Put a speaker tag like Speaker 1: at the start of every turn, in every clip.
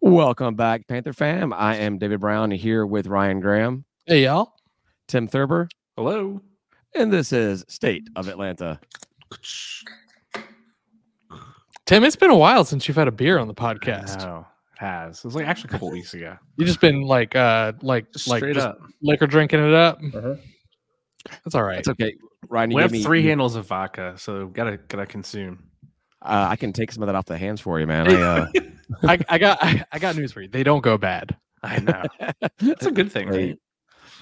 Speaker 1: Welcome back, Panther fam. I am David Brown here with Ryan Graham,
Speaker 2: Hey y'all.
Speaker 1: Tim Thurber,
Speaker 3: Hello.
Speaker 1: and this is State of Atlanta.
Speaker 2: Tim, it's been a while since you've had a beer on the podcast.
Speaker 3: No, it has. It was like actually a couple weeks ago.
Speaker 2: You've just been like uh like like
Speaker 3: Straight
Speaker 2: just
Speaker 3: up.
Speaker 2: liquor drinking it up.
Speaker 3: Uh-huh.
Speaker 2: That's all right.
Speaker 1: It's okay, Ryan. You
Speaker 3: We
Speaker 1: gave
Speaker 3: have
Speaker 1: me,
Speaker 3: three
Speaker 1: you-
Speaker 3: handles of vodka, so gotta gotta consume.
Speaker 1: Uh, I can take some of that off the hands for you, man. I, uh,
Speaker 2: I, I got I, I got news for you. They don't go bad.
Speaker 3: I know. That's a good thing,
Speaker 1: Right.
Speaker 3: right?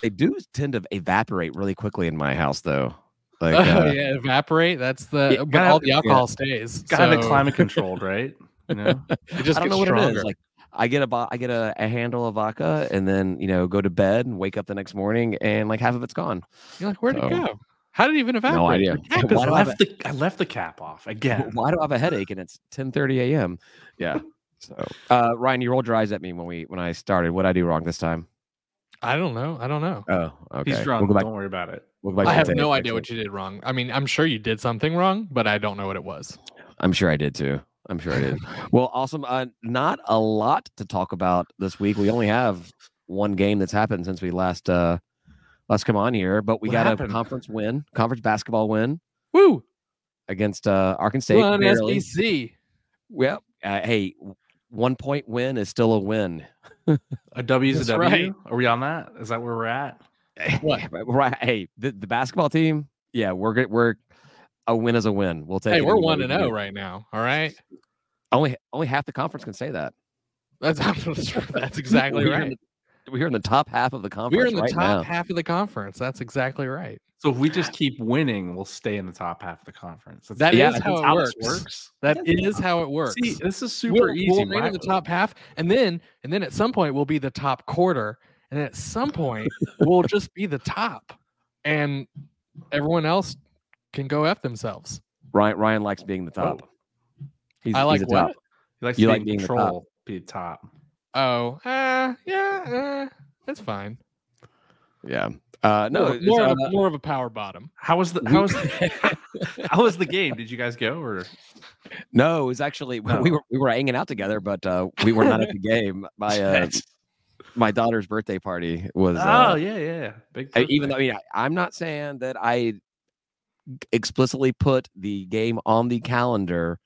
Speaker 1: they do tend to evaporate really quickly in my house, though. Like,
Speaker 2: Oh,
Speaker 1: uh,
Speaker 2: yeah, evaporate. That's the
Speaker 1: Yeah,
Speaker 2: but
Speaker 3: gotta-
Speaker 2: all the alcohol stays.
Speaker 3: Gotta have it
Speaker 2: so
Speaker 3: climate controlled, right? You know?
Speaker 2: It just
Speaker 1: I don't
Speaker 2: gets
Speaker 1: know what
Speaker 2: stronger.
Speaker 1: it is. Like, I get a bo- I get a, a handle of vodka, and then you know go to bed and wake up the next morning, and like half of it's gone.
Speaker 2: You're like, where'd
Speaker 1: So-
Speaker 2: it go? How did it even evaporate?
Speaker 1: idea.
Speaker 2: The cap
Speaker 1: Why
Speaker 2: is
Speaker 1: do
Speaker 3: I
Speaker 1: I have
Speaker 2: left.
Speaker 3: left the I left the cap off again.
Speaker 1: Why do I have a headache? And it's ten thirty a.m. Yeah. So, uh, Ryan, you rolled your eyes at me when we when I started. What would I do wrong this time?
Speaker 2: I don't know. I don't know.
Speaker 1: Oh, okay.
Speaker 3: He's drunk.
Speaker 1: We'll go back.
Speaker 3: Don't worry about it.
Speaker 1: We'll go back
Speaker 2: I
Speaker 1: to
Speaker 2: have
Speaker 1: tape
Speaker 2: no
Speaker 1: next
Speaker 2: idea
Speaker 1: week.
Speaker 2: what you did wrong. I mean, I'm sure you did something wrong, but I don't know what it was.
Speaker 1: I'm sure I did too. I'm sure I did. well, awesome. Uh, not a lot to talk about this week. We only have one game that's happened since we last uh last come on here, but we
Speaker 3: What
Speaker 1: got
Speaker 3: happened?
Speaker 1: a conference win, conference basketball win
Speaker 2: Woo!
Speaker 1: against uh Arkansas. State.
Speaker 2: One
Speaker 1: barely.
Speaker 2: SBC.
Speaker 1: Yep. Uh, hey, w- one point win is still a win.
Speaker 3: A W is a
Speaker 2: That's
Speaker 3: W.
Speaker 2: right.
Speaker 3: Are we on that? Is that where we're at?
Speaker 1: Eh,
Speaker 2: What?
Speaker 1: right. Hey, the, the basketball team. Yeah, we're good. We're a win is a win. We'll take.
Speaker 2: Hey,
Speaker 1: it
Speaker 2: we're
Speaker 1: any way
Speaker 2: one
Speaker 1: we
Speaker 2: and
Speaker 1: can
Speaker 2: zero
Speaker 1: get-
Speaker 2: right now. All right.
Speaker 1: Only only half the conference can say that.
Speaker 2: That's that's exactly
Speaker 1: We're in
Speaker 2: right.
Speaker 1: the- We're in the top half of the conference.
Speaker 2: We're in the
Speaker 1: right
Speaker 2: top
Speaker 1: now.
Speaker 2: half of the conference. That's exactly right.
Speaker 3: So if we just keep winning, we'll stay in the top half of the conference. That's,
Speaker 2: That
Speaker 1: Yeah,
Speaker 2: is
Speaker 3: that's
Speaker 2: how it
Speaker 3: this
Speaker 2: works. That is how it works.
Speaker 3: See, this is super
Speaker 2: we'll,
Speaker 3: easy.
Speaker 2: we'll remain in
Speaker 3: My-
Speaker 2: the top half, and then and then at some point we'll be the top quarter, and then at some point we'll just be the top, and everyone else can go f themselves.
Speaker 1: Ryan Ryan likes being the
Speaker 3: Whoa.
Speaker 1: top. He's,
Speaker 2: Oh. I like
Speaker 1: he's a
Speaker 2: what?
Speaker 1: top.
Speaker 3: He likes
Speaker 1: You
Speaker 3: to be
Speaker 1: like
Speaker 3: in
Speaker 1: being the top.
Speaker 3: control, be top.
Speaker 2: Oh, uh, yeah, uh, that's fine.
Speaker 1: Yeah. Uh, no,
Speaker 2: more,
Speaker 1: it's,
Speaker 2: more of
Speaker 1: uh,
Speaker 2: a, more of a power bottom.
Speaker 3: How was the
Speaker 1: We-
Speaker 3: how was the, how was the game? Did you guys go or
Speaker 1: no. It was actually
Speaker 2: Oh.
Speaker 3: No.
Speaker 1: we were we were hanging out together, but uh, we were not at the game. My uh, my daughter's birthday party was.
Speaker 3: Oh
Speaker 1: Uh,
Speaker 3: yeah, yeah, yeah. Big
Speaker 1: I- even though I mean I, am not saying that I explicitly put the game on the calendar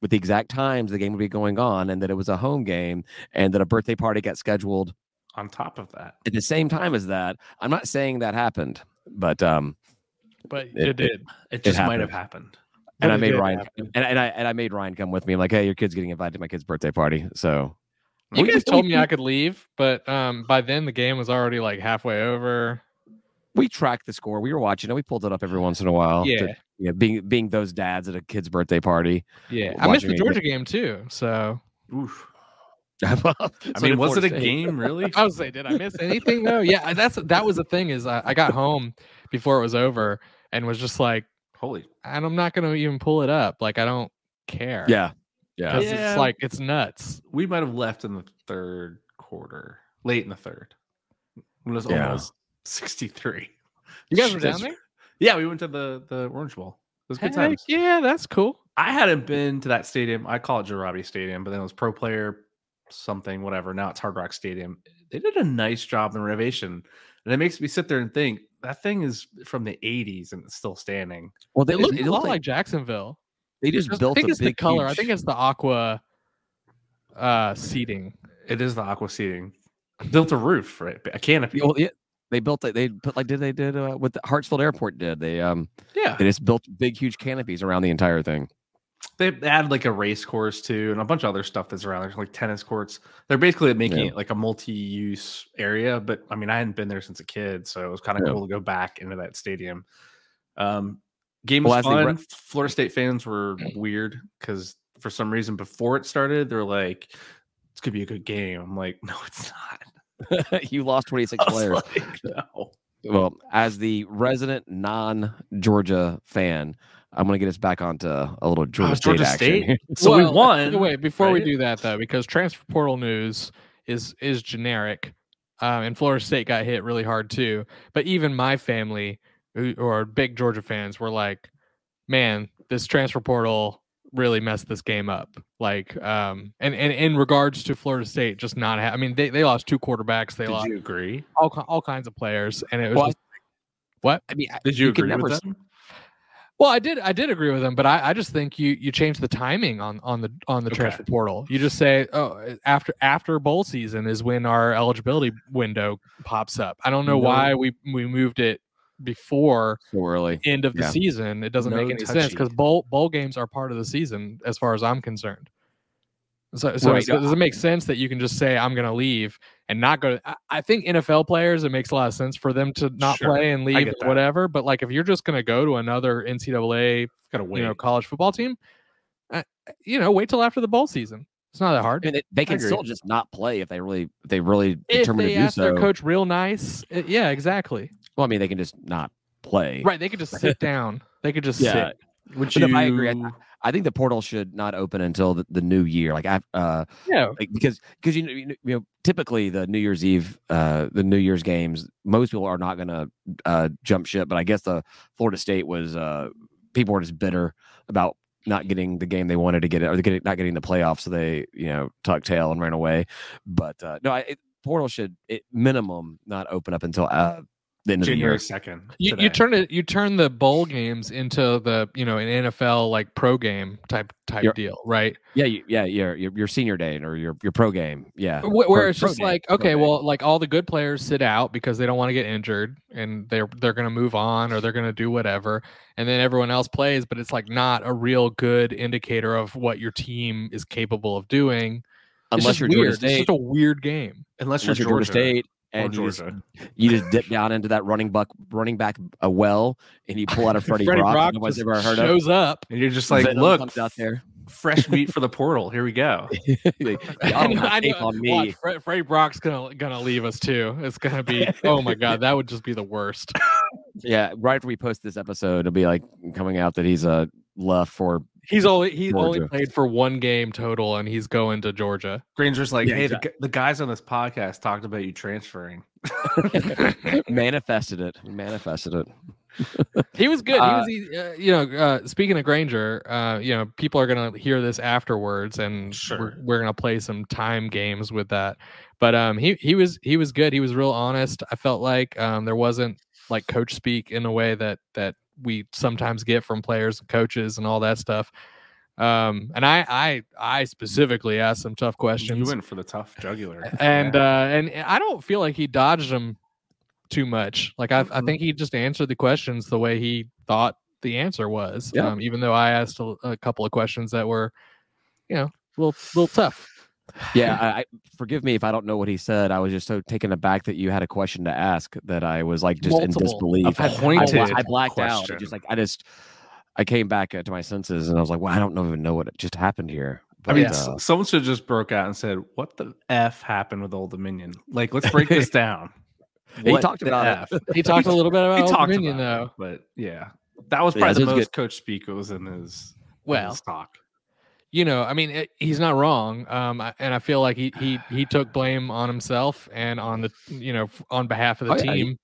Speaker 1: with the exact times the game would be going on, and that it was a home game, and that a birthday party got scheduled
Speaker 3: on top of that.
Speaker 1: at the same time as that. I'm not saying that happened, but um,
Speaker 2: But
Speaker 1: It-
Speaker 2: you
Speaker 1: it-
Speaker 2: did.
Speaker 3: It just might
Speaker 1: happened.
Speaker 3: have happened.
Speaker 1: and I
Speaker 2: Really
Speaker 1: made
Speaker 2: did
Speaker 1: Ryan
Speaker 2: happen.
Speaker 1: and, and I and I made Ryan come with me. I'm like, hey, your kid's getting invited to my kid's birthday party, so
Speaker 2: You
Speaker 1: We-
Speaker 2: guys
Speaker 1: we-
Speaker 2: told
Speaker 1: we-
Speaker 2: me I could leave, but um, by then the game was already like halfway over.
Speaker 1: we tracked the score. We were watching it. We pulled it up every once in a while. to-
Speaker 2: yeah,
Speaker 1: yeah, being being those dads at a kid's birthday party.
Speaker 2: yeah. I missed
Speaker 1: watching
Speaker 2: the
Speaker 1: it.
Speaker 2: Georgia game too, so
Speaker 3: Oof.
Speaker 1: I
Speaker 3: I mean, was it a game really?
Speaker 2: I was say, did I miss anything though? Yeah, I- that's that was the thing is I, I got home before it was over and was just like,
Speaker 3: Holy
Speaker 2: and I'm not gonna even pull it up. Like I don't care.
Speaker 1: Yeah, yeah.
Speaker 2: because
Speaker 3: Yeah.
Speaker 2: it's like it's nuts.
Speaker 3: we might have left in the third quarter, late in the third. It was
Speaker 1: Yeah.
Speaker 3: almost sixty-three.
Speaker 2: You guys were down
Speaker 3: That's-
Speaker 2: there?
Speaker 3: Yeah, we went to the the Orange Bowl. It was good
Speaker 2: Heck
Speaker 3: times.
Speaker 2: yeah, that's cool.
Speaker 3: I hadn't been to that stadium. I call it Jarabi Stadium, but then it was Pro Player something, whatever. Now it's Hard Rock Stadium. They did a nice job in renovation, and it makes me sit there and think that thing is from the '80s and it's still standing.
Speaker 1: Well, they
Speaker 2: It looked
Speaker 1: it
Speaker 2: a lot
Speaker 1: looked
Speaker 2: like, Jacksonville.
Speaker 1: they just
Speaker 2: Just-
Speaker 1: built
Speaker 2: I think
Speaker 1: a
Speaker 2: it's
Speaker 1: big
Speaker 2: the color. I
Speaker 1: huge-
Speaker 2: think it's the aqua uh seating.
Speaker 3: It is the aqua seating. Built a roof, right? A canopy.
Speaker 1: Well, yeah, they built it. They put like did they did uh, what the Hartsfield Airport did. They um
Speaker 3: Yeah,
Speaker 1: they just built big huge canopies around the entire thing.
Speaker 3: they add like a race course too, and a bunch of other stuff that's around. There's like tennis courts. They're basically making
Speaker 1: Yeah.
Speaker 3: it like a multi-use area. But I mean, I hadn't been there since a kid, so it was kind of
Speaker 1: Yeah.
Speaker 3: cool to go back into that stadium. Um, game
Speaker 1: Well,
Speaker 3: was
Speaker 1: as they re-
Speaker 3: fun. Florida State fans were weird because for some reason before it started, they're like, "It's gonna be a good game." I'm like, "No, it's not."
Speaker 1: you lost twenty six
Speaker 3: I
Speaker 1: players.
Speaker 3: was like, no.
Speaker 1: Well, as the resident non Georgia fan, I'm gonna get us back onto a little Georgia State
Speaker 3: Georgia
Speaker 1: action.
Speaker 3: State?
Speaker 1: here.
Speaker 3: So we
Speaker 2: Well, uh,
Speaker 3: won.
Speaker 2: Wait, before we
Speaker 3: right?
Speaker 2: do that though, because transfer portal news is is generic, um, and Florida State got hit really hard too. But even my family, who who are big Georgia fans, were like, "Man, this transfer portal really messed this game up. Like, um, and and in regards to Florida State, just not. Ha- I mean, they, they lost two quarterbacks. They
Speaker 3: Did
Speaker 2: lost
Speaker 3: you agree?
Speaker 2: all ki- all kinds of players, and it was
Speaker 1: Well, I-
Speaker 2: just like, what?
Speaker 1: I mean, I-
Speaker 3: Did you,
Speaker 1: could
Speaker 3: agree
Speaker 1: never
Speaker 3: with
Speaker 1: s-
Speaker 3: them?
Speaker 2: Well, I did I did agree with him, but I, I just think you you change the timing on on the on the
Speaker 3: Okay.
Speaker 2: transfer portal. You just say, oh, after after bowl season is when our eligibility window pops up. I don't know
Speaker 3: No.
Speaker 2: why we we moved it before
Speaker 1: so early.
Speaker 2: end of the
Speaker 1: Yeah.
Speaker 2: season. It doesn't
Speaker 3: No
Speaker 2: make any sense because
Speaker 3: touchy.
Speaker 2: bowl bowl games are part of the season as far as I'm concerned. So, so
Speaker 1: Right.
Speaker 2: it's- does it make sense that you can just say I'm going to leave and not go? To, I, I think NFL players it makes a lot of sense for them to not
Speaker 3: Sure.
Speaker 2: play and leave
Speaker 3: get that.
Speaker 2: whatever. But like if you're just going to go to another NCAA
Speaker 3: Gotta wait.
Speaker 2: you know college football team, uh, you know wait till after the bowl season. It's not that hard.
Speaker 1: I mean, they, they can
Speaker 3: agree.
Speaker 1: still just not play if they really, if they really
Speaker 2: If
Speaker 1: determine
Speaker 2: they
Speaker 1: to do
Speaker 2: ask
Speaker 1: so.
Speaker 2: their coach real nice, uh, yeah, exactly.
Speaker 1: well, I mean, they can just not play.
Speaker 2: Right, they could just sit down. They could just
Speaker 1: Yeah.
Speaker 2: sit.
Speaker 3: Would
Speaker 1: But
Speaker 3: you?
Speaker 1: if I agree, I- I think the portal should not open until the, the new year. Like I, uh,
Speaker 2: Yeah,
Speaker 1: like because because you know, you know you know, typically the New Year's Eve, uh, the New Year's games, most people are not gonna uh jump ship. But I guess the Florida State was uh people were just bitter about not getting the game they wanted to get or getting, not getting the playoffs, so they you know tucked tail and ran away. But uh, no, I, it, portal should at minimum not open up until uh, the end of
Speaker 3: January second.
Speaker 2: you, you turn it you turn the bowl games into the you know an NFL like pro game type type
Speaker 1: You're-
Speaker 2: deal, right?
Speaker 1: the year. Yeah, you, yeah, your, your your senior day or your your pro game. Yeah,
Speaker 2: Wh- Where,
Speaker 1: Uh, pro-
Speaker 2: it's
Speaker 1: pro
Speaker 2: just
Speaker 1: game,
Speaker 2: like
Speaker 1: pro
Speaker 2: okay,
Speaker 1: game.
Speaker 2: well, like all the good players sit out because they don't want to get injured, and they're they're gonna move on or they're gonna do whatever, and then everyone else plays, but it's like not a real good indicator of what your team is capable of doing. It's
Speaker 1: unless
Speaker 2: just
Speaker 1: you're
Speaker 2: weird.
Speaker 1: Georgia
Speaker 2: it's
Speaker 1: State,
Speaker 2: just a weird game.
Speaker 3: unless you're
Speaker 1: unless you're Georgia State, and
Speaker 3: and
Speaker 1: you just,
Speaker 3: Georgia.
Speaker 1: you just dip down into that running buck running back a well, and you pull out a Freddie,
Speaker 2: Freddie
Speaker 1: Brock,
Speaker 2: Brock
Speaker 1: that nobody's
Speaker 2: just
Speaker 1: ever heard of.
Speaker 2: shows up.
Speaker 3: and you're just like,
Speaker 1: Venom
Speaker 3: look,
Speaker 1: comes out there.
Speaker 3: fresh meat for the portal. Here we go.
Speaker 1: Y'all don't have tape on me.
Speaker 2: Watch, Fre- Freddie Brock's gonna gonna leave us too. It's gonna be oh my god, that would just be the worst.
Speaker 1: Yeah, right after we post this episode, it'll be like coming out that he's uh, left for.
Speaker 2: He's only he's only
Speaker 1: Georgia.
Speaker 2: played for one game total, and he's going to Georgia.
Speaker 3: Granger's like,
Speaker 1: Yeah,
Speaker 3: hey, the, gu- the guys on this podcast talked about you transferring.
Speaker 1: manifested it. Manifested it.
Speaker 2: He was good.
Speaker 1: Uh,
Speaker 2: he was, uh, you know, uh, speaking of Granger, uh, you know, people are gonna hear this afterwards, and
Speaker 3: Sure.
Speaker 2: we're, we're gonna play some time games with that. But um, he he was he was good. He was real honest. I felt like um, there wasn't like coach speak in a way that that we sometimes get from players and coaches and all that stuff. Um, and I I I specifically asked some tough questions.
Speaker 3: You went for the tough jugular.
Speaker 2: and
Speaker 3: Yeah.
Speaker 2: uh and i don't feel like he dodged them too much like I, I
Speaker 3: Mhm.
Speaker 2: think he just answered the questions the way he thought the answer was
Speaker 1: Yeah.
Speaker 2: um, even though i asked a, a couple of questions that were you know a little, little tough
Speaker 1: Yeah, I, I forgive me if I don't know what he said. I was just so taken aback that you had a question to ask that I was like just in
Speaker 2: Multiple.
Speaker 1: disbelief.
Speaker 3: A
Speaker 1: uh, I- I bla-
Speaker 3: pointed
Speaker 1: I, blacked out.
Speaker 3: question.
Speaker 1: It Just like I just, I came back uh, to my senses and I was like, well, I don't even know what just happened here.
Speaker 3: I mean,
Speaker 1: But,
Speaker 3: s-
Speaker 1: uh,
Speaker 3: someone should have just broke out and said, "What the f happened with Old Dominion?" Like, let's break this down.
Speaker 1: he
Speaker 3: What
Speaker 1: talked
Speaker 3: the
Speaker 1: about it.
Speaker 3: f?
Speaker 2: he talked a little bit about
Speaker 3: He
Speaker 2: Old
Speaker 3: talked
Speaker 2: Dominion,
Speaker 3: about it,
Speaker 2: though
Speaker 3: but yeah, that was
Speaker 1: Yeah,
Speaker 3: probably the
Speaker 1: this was
Speaker 3: most
Speaker 1: good.
Speaker 3: coach speak was in his in
Speaker 2: well
Speaker 3: his talk.
Speaker 2: you know i mean it, he's not wrong um I, and i feel like he he he took blame on himself and on the you know f- on behalf of the
Speaker 1: Oh, yeah, he-
Speaker 2: team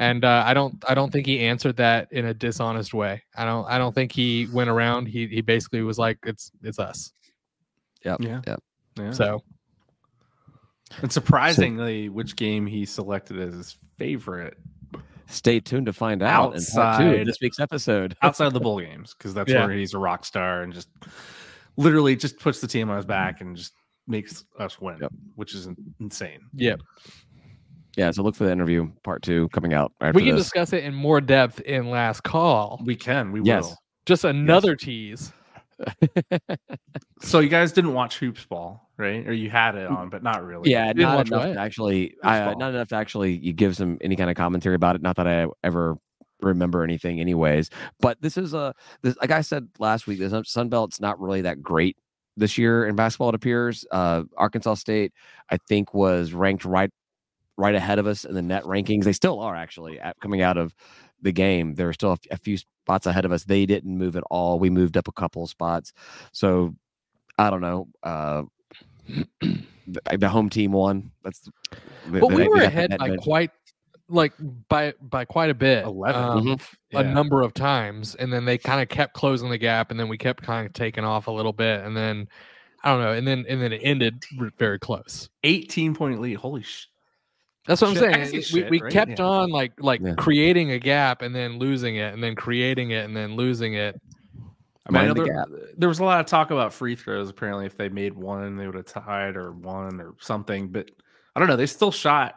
Speaker 2: and uh, i don't i don't think he answered that in a dishonest way i don't i don't think he went around he he basically was like it's it's us
Speaker 3: Yeah,
Speaker 1: Yep.
Speaker 3: yeah.
Speaker 2: so
Speaker 3: and surprisingly, which game he selected as his favorite
Speaker 1: Stay tuned to find out in part two
Speaker 3: Outside.
Speaker 1: of this week's episode.
Speaker 3: outside of the bowl games because that's
Speaker 2: Yeah.
Speaker 3: where he's a rock star and just literally just puts the team on his back and just makes us win,
Speaker 1: Yep.
Speaker 3: which is in- insane.
Speaker 2: yeah
Speaker 1: Yeah, so look for the interview part two coming out. After
Speaker 2: we can
Speaker 1: this.
Speaker 2: discuss it in more depth in last call
Speaker 3: We can, we
Speaker 1: Yes.
Speaker 3: will.
Speaker 2: just another tease
Speaker 3: So you guys didn't watch hoops ball, right? Or you had it on, but not really.
Speaker 1: yeah,
Speaker 2: didn't
Speaker 1: not
Speaker 2: watch
Speaker 1: enough
Speaker 2: what?
Speaker 1: to actually. I, uh,
Speaker 3: Football.
Speaker 1: not enough to actually you give some any kind of commentary about it. Not that I ever remember anything, anyways. But this is a this like I said last week. The Sun- Sun Belt's not really that great this year in basketball. It appears uh, Arkansas State, I think, was ranked right right ahead of us in the net rankings. They still are actually at, coming out of the game. There were still a, f- a few spots ahead of us. They didn't move at all. We moved up a couple of spots. So I don't know. Uh, the, the home team won. That's.
Speaker 2: but we were ahead by quite like by by quite a bit,
Speaker 3: 11.
Speaker 2: um,
Speaker 1: Mhm.
Speaker 2: f- a
Speaker 3: Yeah.
Speaker 2: number of times, and then they kind of kept closing the gap, and then we kept kind of taking off a little bit, and then I don't know, and then and then it ended r- very close.
Speaker 3: 18 point lead. Holy sh!
Speaker 2: That's what
Speaker 3: Shit.
Speaker 2: I'm
Speaker 3: Actually
Speaker 2: saying. We,
Speaker 3: shit,
Speaker 2: we
Speaker 3: right?
Speaker 2: kept
Speaker 3: Yeah.
Speaker 2: on like like
Speaker 1: Yeah.
Speaker 2: creating a gap and then losing it, and then creating it and then losing it.
Speaker 3: I mean, I know
Speaker 1: Mind the
Speaker 3: there, there was a lot of talk about free throws. Apparently, if they made one, they would have tied or one or something. But I don't know. They still shot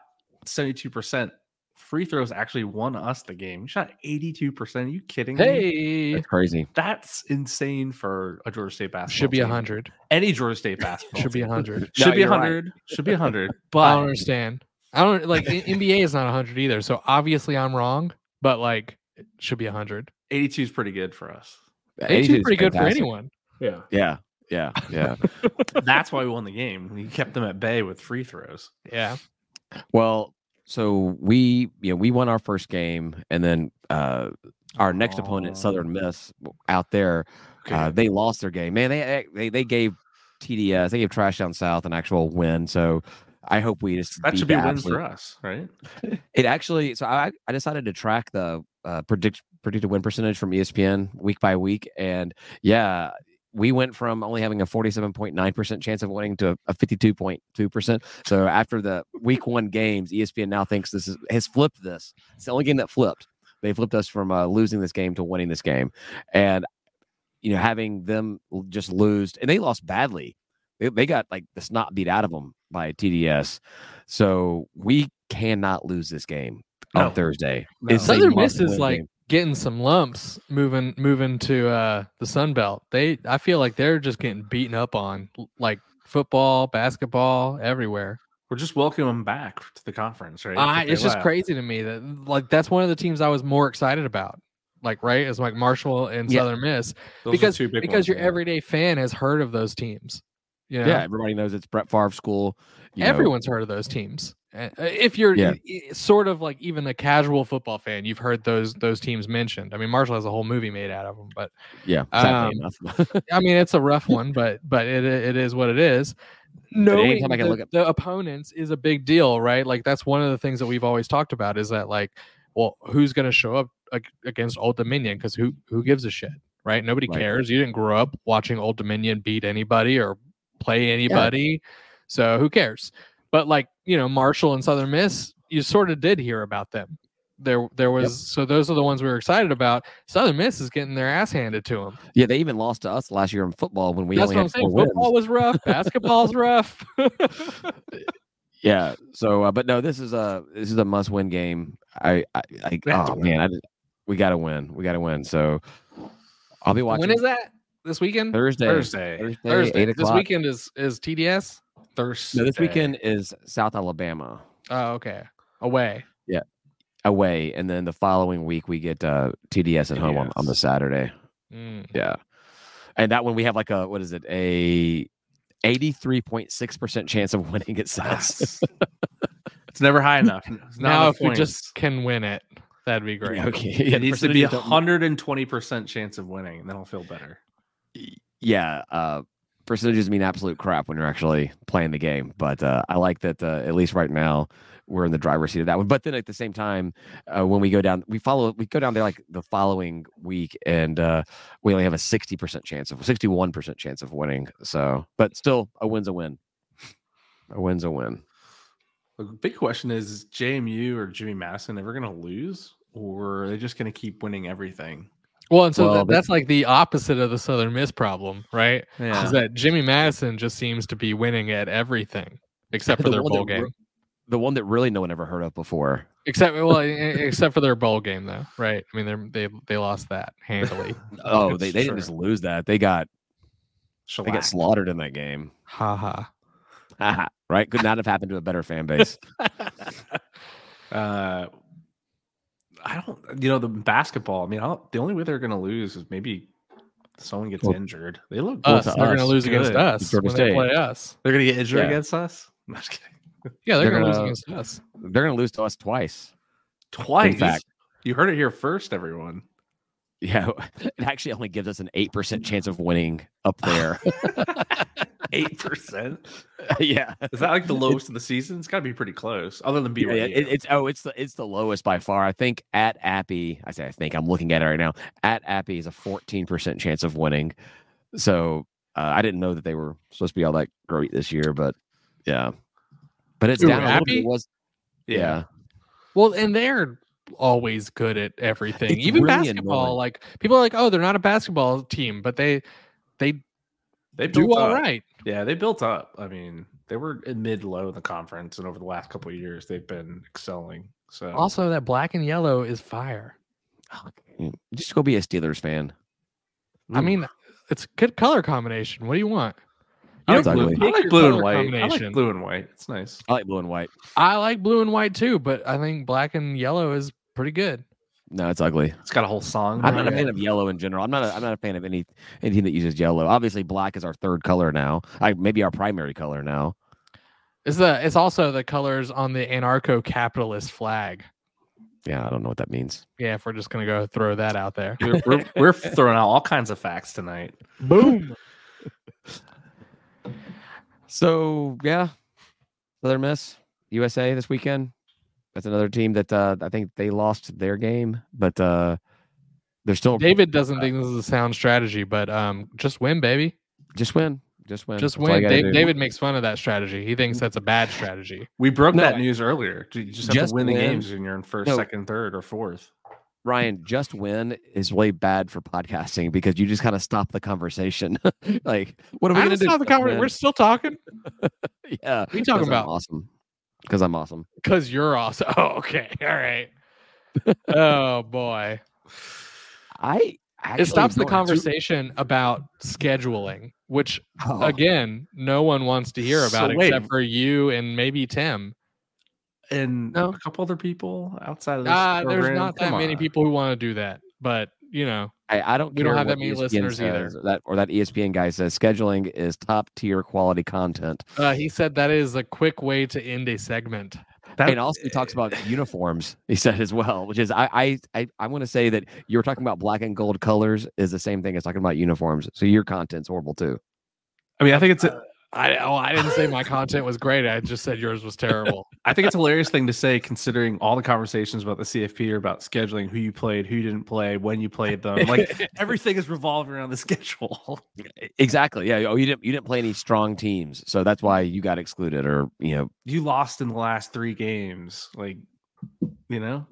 Speaker 3: 72%. Free throws actually won us the game. We shot 82%. Are you
Speaker 2: Mm-hmm.
Speaker 3: kidding me?
Speaker 2: Hey,
Speaker 1: That's crazy.
Speaker 3: That's insane for a Georgia State basketball.
Speaker 2: should be
Speaker 3: team.
Speaker 2: a hundred.
Speaker 3: Any Georgia State basketball.
Speaker 2: Should be
Speaker 3: team.
Speaker 2: a hundred.
Speaker 1: No,
Speaker 3: Should be a
Speaker 1: you're right.
Speaker 3: 100. Should be a 100.
Speaker 2: But I don't
Speaker 3: But
Speaker 2: understand. I don't like the NBA is not hundred either. So obviously I'm wrong, but like it should be hundred.
Speaker 3: 82 is pretty good for us.
Speaker 1: 82
Speaker 2: Eighty-two
Speaker 1: is
Speaker 2: is pretty good for
Speaker 1: fantastic.
Speaker 2: anyone.
Speaker 3: Yeah.
Speaker 1: Yeah. Yeah. Yeah.
Speaker 3: That's why we won the game. We kept them at bay with free throws.
Speaker 2: Yeah.
Speaker 1: well, so we you know, we won our first game and then uh our next opponent,
Speaker 3: Aw.
Speaker 1: Southern Miss, out there, uh, they lost their game. Man, they eh, they they gave TDS, they gave Trash Down South an actual win. So I hope we just
Speaker 3: that
Speaker 1: beat
Speaker 3: should be
Speaker 1: the
Speaker 3: wins
Speaker 1: absolute-
Speaker 3: for us, right?
Speaker 1: It actually, so I, I decided to track the uh, predict predicted win percentage from E ESPN week by week, and yeah, we went from only having a forty-seven point nine percent chance of winning to a fifty-two point two percent. So after the week one games, E ESPN now thinks this is has flipped this. It's the only game that flipped. They flipped us from uh, losing this game to winning this game, and you know having them l- just lose, and they lost badly. They, they got like the snot beat out of them by TDS. So we cannot lose this game
Speaker 3: No.
Speaker 1: on Thursday.
Speaker 3: No.
Speaker 1: It's a
Speaker 2: Southern
Speaker 1: must
Speaker 2: Miss is
Speaker 1: win
Speaker 2: like
Speaker 1: game.
Speaker 2: getting some lumps moving moving to uh the Sun Belt. They I feel like they're just getting beaten up on l- like football, basketball, everywhere.
Speaker 3: We're just welcoming them back to the conference, right?
Speaker 2: I,
Speaker 3: If they
Speaker 2: it's just
Speaker 3: left.
Speaker 2: crazy to me that like that's one of the teams I was more excited about. Like right, it's like Marshall and
Speaker 1: Yeah.
Speaker 2: Southern Miss
Speaker 3: Those are
Speaker 2: because
Speaker 3: two big
Speaker 2: because
Speaker 3: ones,
Speaker 2: your
Speaker 3: yeah.
Speaker 2: everyday fan has heard of those teams. You know?
Speaker 1: yeah. everybody knows it's Brett Favre school. you know.
Speaker 2: everyone's heard of those teams. Uh, If you're
Speaker 1: Yeah.
Speaker 2: i- sort of like even a casual football fan, you've heard those those teams mentioned. I mean, Marshall has a whole movie made out of them, but
Speaker 1: yeah, sadly
Speaker 2: um,
Speaker 1: enough.
Speaker 2: I mean, it's a rough one, but but it it is what it is.
Speaker 1: anytime
Speaker 2: Knowing
Speaker 1: I can
Speaker 2: the,
Speaker 1: look up-
Speaker 2: the opponents is a big deal, right? Like that's one of the things that we've always talked about is that like, well, who's going to show up ag- against Old Dominion? Because who who gives a shit, right? Nobody
Speaker 1: Right.
Speaker 2: cares. You didn't grow up watching Old Dominion beat anybody or play anybody, so who cares? But like you know, Marshall and Southern Miss, you sort of did hear about them. There, there was so those are the ones we were excited about. Southern Miss is getting their ass handed to them.
Speaker 1: yeah, they even lost to us last year in football when we
Speaker 2: That's
Speaker 1: only
Speaker 2: what I'm
Speaker 1: had
Speaker 2: saying.
Speaker 1: four
Speaker 2: Football was rough. Basketball's rough.
Speaker 1: wins. Yeah, so uh, but no, this is a this is a must win game. I, I, I
Speaker 3: We have to
Speaker 1: oh
Speaker 3: win.
Speaker 1: man, I, just- we gotta win. We gotta win. So I'll be watching
Speaker 2: when is that? This weekend?
Speaker 1: Thursday.
Speaker 3: Thursday. Thursday.
Speaker 2: Thursday.
Speaker 1: eight
Speaker 2: This
Speaker 1: o'clock.
Speaker 2: weekend is is TDS.
Speaker 1: No, this weekend is South Alabama.
Speaker 2: Oh, okay. Away.
Speaker 1: away, and then the following week we get uh, TDS at home on, on the
Speaker 3: TDS.
Speaker 1: Saturday.
Speaker 2: Mm.
Speaker 1: Yeah, and that one we have like a what is it a eighty three point six percent chance of winning at South.
Speaker 3: Yes. it's never high enough. It's not
Speaker 2: Now,
Speaker 3: enough
Speaker 2: if we
Speaker 3: points.
Speaker 2: just can win it, that'd be great.
Speaker 1: Yeah, okay,
Speaker 3: it
Speaker 1: Yeah,
Speaker 3: needs to be
Speaker 1: percentages don't-
Speaker 3: 120% chance of winning, and then I'll feel better.
Speaker 1: Yeah, uh, percentages mean absolute crap when you're actually playing the game. But uh, I like that uh, at least right now we're in the driver's seat of that one. But then at the same time, uh, when we go down, we follow, we go down there like the following week, and uh, we only have a sixty percent chance of sixty one percent chance of winning. So, but still, a win's a win. A win's a win.
Speaker 3: The big question is, is JMU or Jimmy Madison ever going to lose, or are they just going to keep winning everything?
Speaker 2: Well, and so
Speaker 1: Well,
Speaker 2: that,
Speaker 1: the-
Speaker 2: that's like the opposite of the Southern Miss problem, right?
Speaker 3: Yeah.
Speaker 2: Is that Jimmy Madison just seems to be winning at everything except for
Speaker 1: The
Speaker 2: their
Speaker 1: one
Speaker 2: bowl
Speaker 1: that re-
Speaker 2: game.
Speaker 1: The one that really no one ever heard of before.
Speaker 2: except well, e- e- except for their bowl game though, right? I mean, they they they lost that handily.
Speaker 1: Oh,
Speaker 3: It's
Speaker 1: they, they didn't
Speaker 3: true.
Speaker 1: just lose that. They got they
Speaker 3: Shellac.
Speaker 1: got slaughtered in that game.
Speaker 2: Ha ha.
Speaker 1: right? Could not have happened to a better fan base.
Speaker 3: Uh, I don't, you know, the basketball. I mean, I don't, the only way they're going to lose is maybe someone gets
Speaker 1: Well-
Speaker 3: injured. They look
Speaker 1: Well,
Speaker 2: us.
Speaker 1: to
Speaker 2: They're going to
Speaker 1: us,
Speaker 2: lose against
Speaker 3: good.
Speaker 2: us
Speaker 1: Georgia
Speaker 2: when they
Speaker 1: State.
Speaker 2: play us.
Speaker 3: They're going to get injured
Speaker 1: Yeah.
Speaker 3: against us. I'm just kidding.
Speaker 2: Yeah, they're,
Speaker 1: They're
Speaker 2: going to lose
Speaker 1: gonna-
Speaker 2: against us.
Speaker 1: They're going to lose to us twice.
Speaker 3: Twice.
Speaker 1: fact.
Speaker 3: You heard it here first, everyone.
Speaker 1: Yeah, it actually only gives us an eight percent chance of winning up there.
Speaker 3: Eight percent.
Speaker 1: yeah.
Speaker 3: Is that like the lowest of the season? It's got to be pretty close. Other than BYU,
Speaker 1: Yeah, yeah, it- it's oh, it's the it's the lowest by far. I think at Appy, I say I think I'm looking at it right now. At Appy is a 14 percent chance of winning. So uh, I didn't know that they were supposed to be all that great this year, but yeah, but it's
Speaker 2: Who,
Speaker 1: down a little bit.
Speaker 2: Appy?
Speaker 1: It was yeah.
Speaker 2: Well, and they're always good at everything,
Speaker 1: It's
Speaker 2: even
Speaker 1: really
Speaker 2: basketball.
Speaker 1: annoying.
Speaker 2: Like people are like, oh, they're not a basketball team, but they they
Speaker 3: they
Speaker 2: do
Speaker 3: built
Speaker 2: all
Speaker 3: up.
Speaker 2: right.
Speaker 3: Yeah, they built up. I mean, they were in mid low in the conference, and over the last couple of years, they've been excelling. So
Speaker 2: Also, that black and yellow is fire.
Speaker 1: Mm, Just go be a Steelers fan.
Speaker 2: I
Speaker 3: Ooh.
Speaker 2: mean, it's a good color combination. What do you want?
Speaker 3: I
Speaker 2: You
Speaker 3: like,
Speaker 1: know,
Speaker 3: blue,
Speaker 1: Exactly.
Speaker 3: I
Speaker 2: pick
Speaker 3: like
Speaker 2: your
Speaker 3: blue and
Speaker 2: color
Speaker 3: white. I like
Speaker 2: combination.
Speaker 3: blue and white. It's nice.
Speaker 1: I like blue and white.
Speaker 2: I like blue and white too, but I think black and yellow is pretty good.
Speaker 1: No, it's ugly.
Speaker 3: It's got a whole song.
Speaker 1: I'm not a
Speaker 3: behind
Speaker 1: fan
Speaker 3: it.
Speaker 1: of yellow in general. I'm not. A, I'm not a fan of any anything that uses yellow. Obviously, black is our third color now. I maybe our primary color now.
Speaker 2: It's the it's also the colors on the anarcho capitalist flag.
Speaker 1: Yeah, I don't know what that means.
Speaker 2: Yeah, if we're just gonna go throw that out there.
Speaker 3: We're, we're, we're throwing out all kinds of facts tonight.
Speaker 2: Boom.
Speaker 1: So yeah, Southern Miss USA this weekend. That's another team that uh, I think they lost their game, but uh, they're still
Speaker 2: David doesn't think this is a sound strategy, but um, just win, baby.
Speaker 1: just win, just win,
Speaker 2: Just
Speaker 1: That's all you
Speaker 2: win.
Speaker 1: gotta
Speaker 2: Da-
Speaker 1: do.
Speaker 2: David makes fun of that strategy. He thinks that's a bad strategy.
Speaker 3: We broke
Speaker 1: No.
Speaker 3: that news earlier. You just have
Speaker 1: Just
Speaker 3: to win, the
Speaker 1: win.
Speaker 3: games, and you're in first,
Speaker 1: No.
Speaker 3: second, third, or fourth.
Speaker 1: Ryan, just win is really bad for podcasting because you just kind of stop the conversation. like, what are we
Speaker 2: I
Speaker 1: gonna
Speaker 2: just
Speaker 1: do?
Speaker 2: saw the
Speaker 1: Just
Speaker 2: conver-
Speaker 1: win.
Speaker 2: We're still talking
Speaker 1: yeah,
Speaker 2: you talking
Speaker 1: 'cause I'm
Speaker 2: about?
Speaker 1: awesome because I'm awesome.
Speaker 2: because you're awesome. Oh, okay. All right. oh boy.
Speaker 1: I
Speaker 2: It stops
Speaker 1: actually
Speaker 2: the
Speaker 1: don't-
Speaker 2: conversation about scheduling, which
Speaker 1: Oh,
Speaker 2: again, no one wants to hear about
Speaker 3: So wait.
Speaker 2: except for you and maybe Tim.
Speaker 3: And
Speaker 1: No.
Speaker 3: a couple other people outside of this.
Speaker 2: Uh, there's
Speaker 3: program.
Speaker 2: not that
Speaker 3: Come
Speaker 2: many
Speaker 3: on.
Speaker 2: people who want to do that, but you know,
Speaker 1: I, I don't.
Speaker 2: we don't
Speaker 1: care
Speaker 2: have that
Speaker 1: what E
Speaker 2: many
Speaker 1: ESPN
Speaker 2: listeners either.
Speaker 1: says, That or that E ESPN guy says scheduling is top tier quality content,
Speaker 2: uh, he said that is a quick way to end a segment.
Speaker 3: That-
Speaker 1: and also he talks about uniforms. He said as well, which is I I I, I want to say that you were talking about black and gold colors is the same thing as talking about uniforms. So your content's horrible too.
Speaker 3: I mean, I think it's a,
Speaker 2: I oh, I didn't say my content was great. I just said yours was terrible.
Speaker 3: I think it's a hilarious thing to say, considering all the conversations about the CFP are about scheduling, who you played, who you didn't play, when you played them. Like everything is revolving around the schedule.
Speaker 1: E- Exactly. Yeah. Oh, you didn't you didn't play any strong teams, so that's why you got excluded, or you know.
Speaker 3: you lost in the last three games. Like, you know,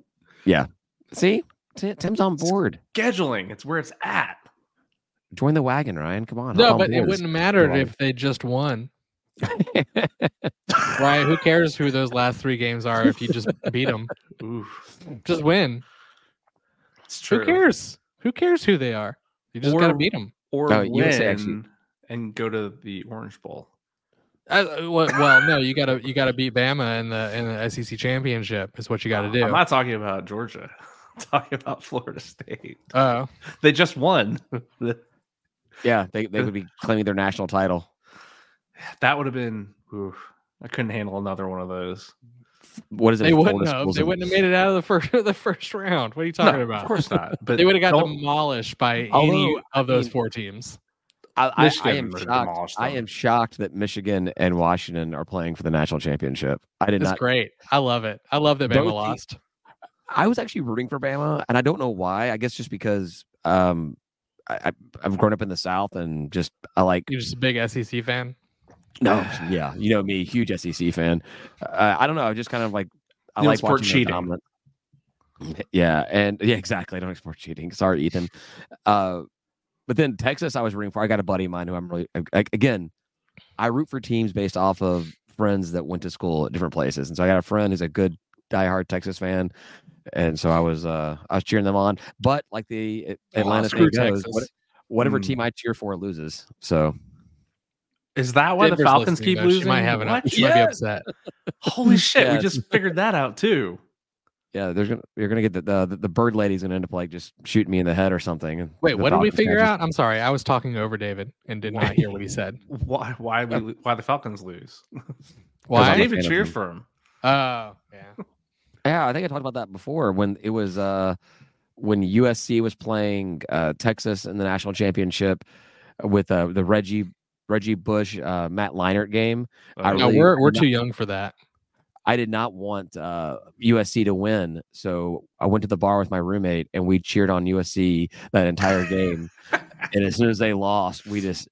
Speaker 1: See, Ti- Tim's on board.
Speaker 3: scheduling, it's where it's at.
Speaker 1: Join the wagon, Ryan. Come on. I'm
Speaker 2: no,
Speaker 1: on
Speaker 2: but it
Speaker 1: board.
Speaker 2: wouldn't have mattered
Speaker 1: wrong.
Speaker 2: if they just won. Right? Who cares who those last three games are if you just beat them?
Speaker 3: Ooh,
Speaker 2: Just win.
Speaker 3: it's true.
Speaker 2: Who cares? Who cares who they are? You just
Speaker 3: Or-
Speaker 2: gotta beat them.
Speaker 3: Or
Speaker 1: No,
Speaker 3: win
Speaker 1: USA actually-
Speaker 3: and go to the Orange Bowl.
Speaker 2: Uh, well, well, no, you gotta you gotta beat Bama in the in the SEC championship is what you gotta do.
Speaker 3: Uh, I'm not talking about Georgia. I'm talking about Florida State.
Speaker 2: Oh,
Speaker 3: They just won.
Speaker 1: Yeah, they they would be claiming their national title.
Speaker 3: that would have been. oof, I couldn't handle another one of those.
Speaker 1: What is it?
Speaker 2: they wouldn't
Speaker 1: oldest
Speaker 2: have.
Speaker 1: schools
Speaker 2: They
Speaker 1: in-
Speaker 2: wouldn't have made it out of the first the first round. What are you
Speaker 3: No,
Speaker 2: talking
Speaker 3: Of
Speaker 2: about?
Speaker 3: course not. But
Speaker 2: they would have got
Speaker 3: don't-
Speaker 2: demolished by any
Speaker 1: Although,
Speaker 2: of those
Speaker 1: mean-
Speaker 2: four teams.
Speaker 1: I, I- I,
Speaker 3: Michigan
Speaker 1: am
Speaker 3: would have
Speaker 1: shocked.
Speaker 3: demolished
Speaker 1: I
Speaker 3: them.
Speaker 1: am shocked that Michigan and Washington are playing for the national championship. I did
Speaker 2: It's
Speaker 1: not.
Speaker 2: great. I love it. I love that
Speaker 1: Don't
Speaker 2: Bama
Speaker 1: you-
Speaker 2: lost.
Speaker 1: I was actually rooting for Bama, and I don't know why. I guess just because um, I, I, I've grown up in the South and just I like
Speaker 2: You're just a big SEC fan.
Speaker 1: no, Oh, yeah, you know me, huge SEC fan. Uh, I don't know. I just kind of like I
Speaker 3: You don't
Speaker 1: like
Speaker 3: support
Speaker 1: watching their
Speaker 3: cheating.
Speaker 1: dominant- Yeah, and yeah, exactly. I don't export cheating. Sorry, Ethan. Uh, but then Texas, I was rooting for. I got a buddy of mine who I'm really ag- ag- again. I root for teams based off of friends that went to school at different places, and so I got a friend who's a good diehard Texas fan, and so I was uh I was cheering them on. But like the uh,
Speaker 3: Oh,
Speaker 1: Atlanta
Speaker 2: screw
Speaker 1: thing goes,
Speaker 2: Texas.
Speaker 1: what- whatever
Speaker 3: Mm.
Speaker 1: team I cheer for loses. So
Speaker 3: Is that why the
Speaker 2: Denver's
Speaker 3: Falcons
Speaker 2: listening,
Speaker 3: keep
Speaker 2: though. She
Speaker 3: losing?
Speaker 2: Might have an,
Speaker 3: What?
Speaker 2: she might be
Speaker 3: Yeah.
Speaker 2: upset.
Speaker 3: Holy shit! We
Speaker 1: Yes.
Speaker 3: just figured that out too.
Speaker 1: yeah, there's gonna you're gonna get the the, the bird lady's gonna end up like just shooting me in the head or something. and
Speaker 2: Wait,
Speaker 1: the
Speaker 2: what did we
Speaker 1: Falcons
Speaker 2: figure
Speaker 1: fans
Speaker 2: out? I'm sorry, I was talking over David and did not hear what he said.
Speaker 3: Why? Why we? lo- Why the Falcons lose?
Speaker 1: I'm
Speaker 3: Why
Speaker 1: a
Speaker 2: Why?
Speaker 1: fan
Speaker 3: David
Speaker 1: of
Speaker 3: cheer
Speaker 1: them.
Speaker 3: for him?
Speaker 2: Oh, yeah.
Speaker 1: just- Yeah, I think I talked about that before when it was uh when USC was playing uh Texas in the national championship with uh the Reggie Reggie Bush, uh, Matt Leinart game. I
Speaker 2: No,
Speaker 1: really-
Speaker 2: we're we're
Speaker 1: no.
Speaker 2: too young for that.
Speaker 1: I did not want uh, USC to win, so I went to the bar with my roommate and we cheered on USC that entire game. and as soon as they lost, we just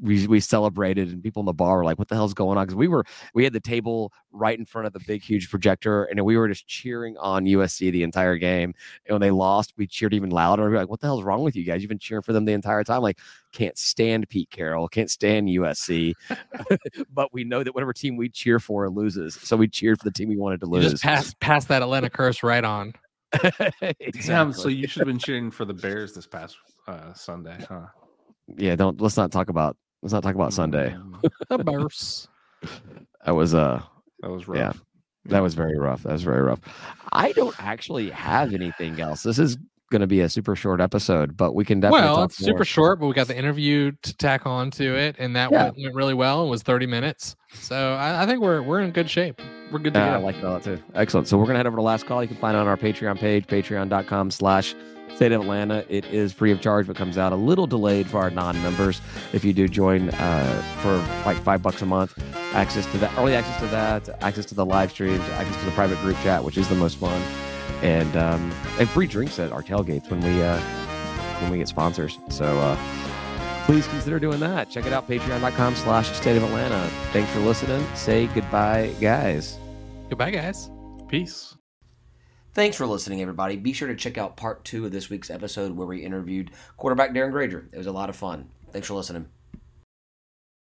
Speaker 1: we we celebrated, and people in the bar were like, "What the hell's going on?" Because we were we had the table right in front of the big huge projector, and we were just cheering on USC the entire game. And when they lost, we cheered even louder. We were like, "What the hell's wrong with you guys? You've been cheering for them the entire time." Like, can't stand Pete Carroll, can't stand USC but we know that whatever team we cheer for loses. So we cheered for the team we wanted to
Speaker 2: You
Speaker 1: lose.
Speaker 2: just pass pass that Atlanta curse right on.
Speaker 3: Damn, so
Speaker 1: Exactly.
Speaker 3: you should have been cheering for the Bears this past uh, Sunday, huh?
Speaker 1: yeah, don't let's not talk about let's not talk about
Speaker 2: Mm-hmm.
Speaker 1: Sunday.
Speaker 3: Mm,
Speaker 2: The Bears.
Speaker 1: That was uh
Speaker 3: That was rough.
Speaker 1: Yeah. that was very rough. That was very rough. I don't actually have anything else. This is going to be a super short episode, but we can definitely
Speaker 2: well,
Speaker 1: talk
Speaker 2: it's super
Speaker 1: more.
Speaker 2: short, but we got the interview to tack on to it, and that
Speaker 1: Yeah.
Speaker 2: went, went really well. It was thirty minutes, so I, I think we're we're in good shape.
Speaker 3: We're good to
Speaker 1: Yeah, I
Speaker 3: go.
Speaker 1: like that a lot too. Excellent. So we're gonna head over to last call. You can find it on our Patreon page, patreon.com slash state of Atlanta. It is free of charge, but comes out a little delayed for our non-members. If you do join uh, for like five bucks a month, access to that early access to that, access to the live streams, access to the private group chat, which is the most fun. And um, and free drinks at our tailgates when we uh, when we get sponsors. So uh Please consider doing that. Check it out, patreon.com slash state of Atlanta. Thanks for listening. Say goodbye, guys.
Speaker 2: Goodbye, guys.
Speaker 3: Peace.
Speaker 4: Thanks for listening, everybody. Be sure to check out part two of this week's episode where we interviewed quarterback Darren Granger. It was a lot of fun. Thanks for listening.